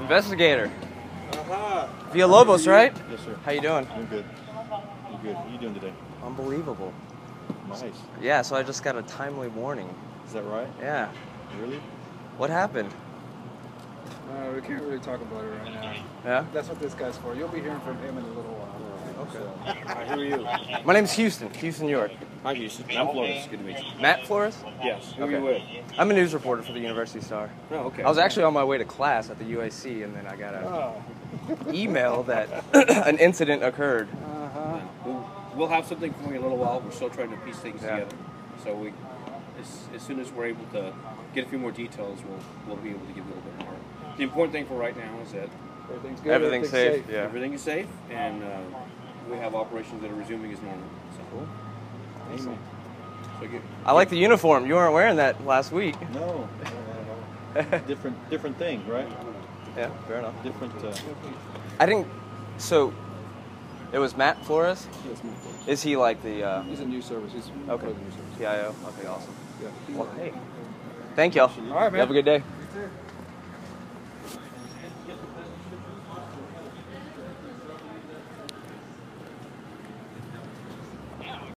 Investigator. Aha. Villalobos, right? Yes, sir. How you doing? I'm good. You good? What are you doing today? Unbelievable. Nice. Yeah, so I just got a timely warning. Is that right? Yeah. Really? What happened? Uh, we can't really talk about it right now. Yeah? That's what this guy's for. You'll be hearing from him in a little while. Okay. who are you? My name's Houston, Houston, York. Hi, Houston. I'm Flores. Good to meet you. Matt Flores? Yes. Who Okay. are you with? I'm a news reporter for the University Star. No, okay. I was actually on my way to class at the UAC, and then I got an Oh, email that an incident occurred. uh-huh. We'll, we'll have something for you in a little while. We're still trying to piece things Yeah. together. So we, as, as soon as we're able to get a few more details, we'll we'll be able to give you a little bit more. The important thing for right now is that Everything's good. Everything's safe, yeah. everything is safe and uh, we have operations that are resuming as normal. So, Amy. so get, I like the uniform. You weren't wearing that last week. No. Uh, different, different thing, right? Yeah, fair enough. Different. Uh, I didn't. So, it was Matt Flores? Yes, move forward. Is he like the uh, He's a new service. He's Okay. a new service. PIO? Okay, awesome. Yeah. Well, hey. Thank y'all. All right, man. Have a good day.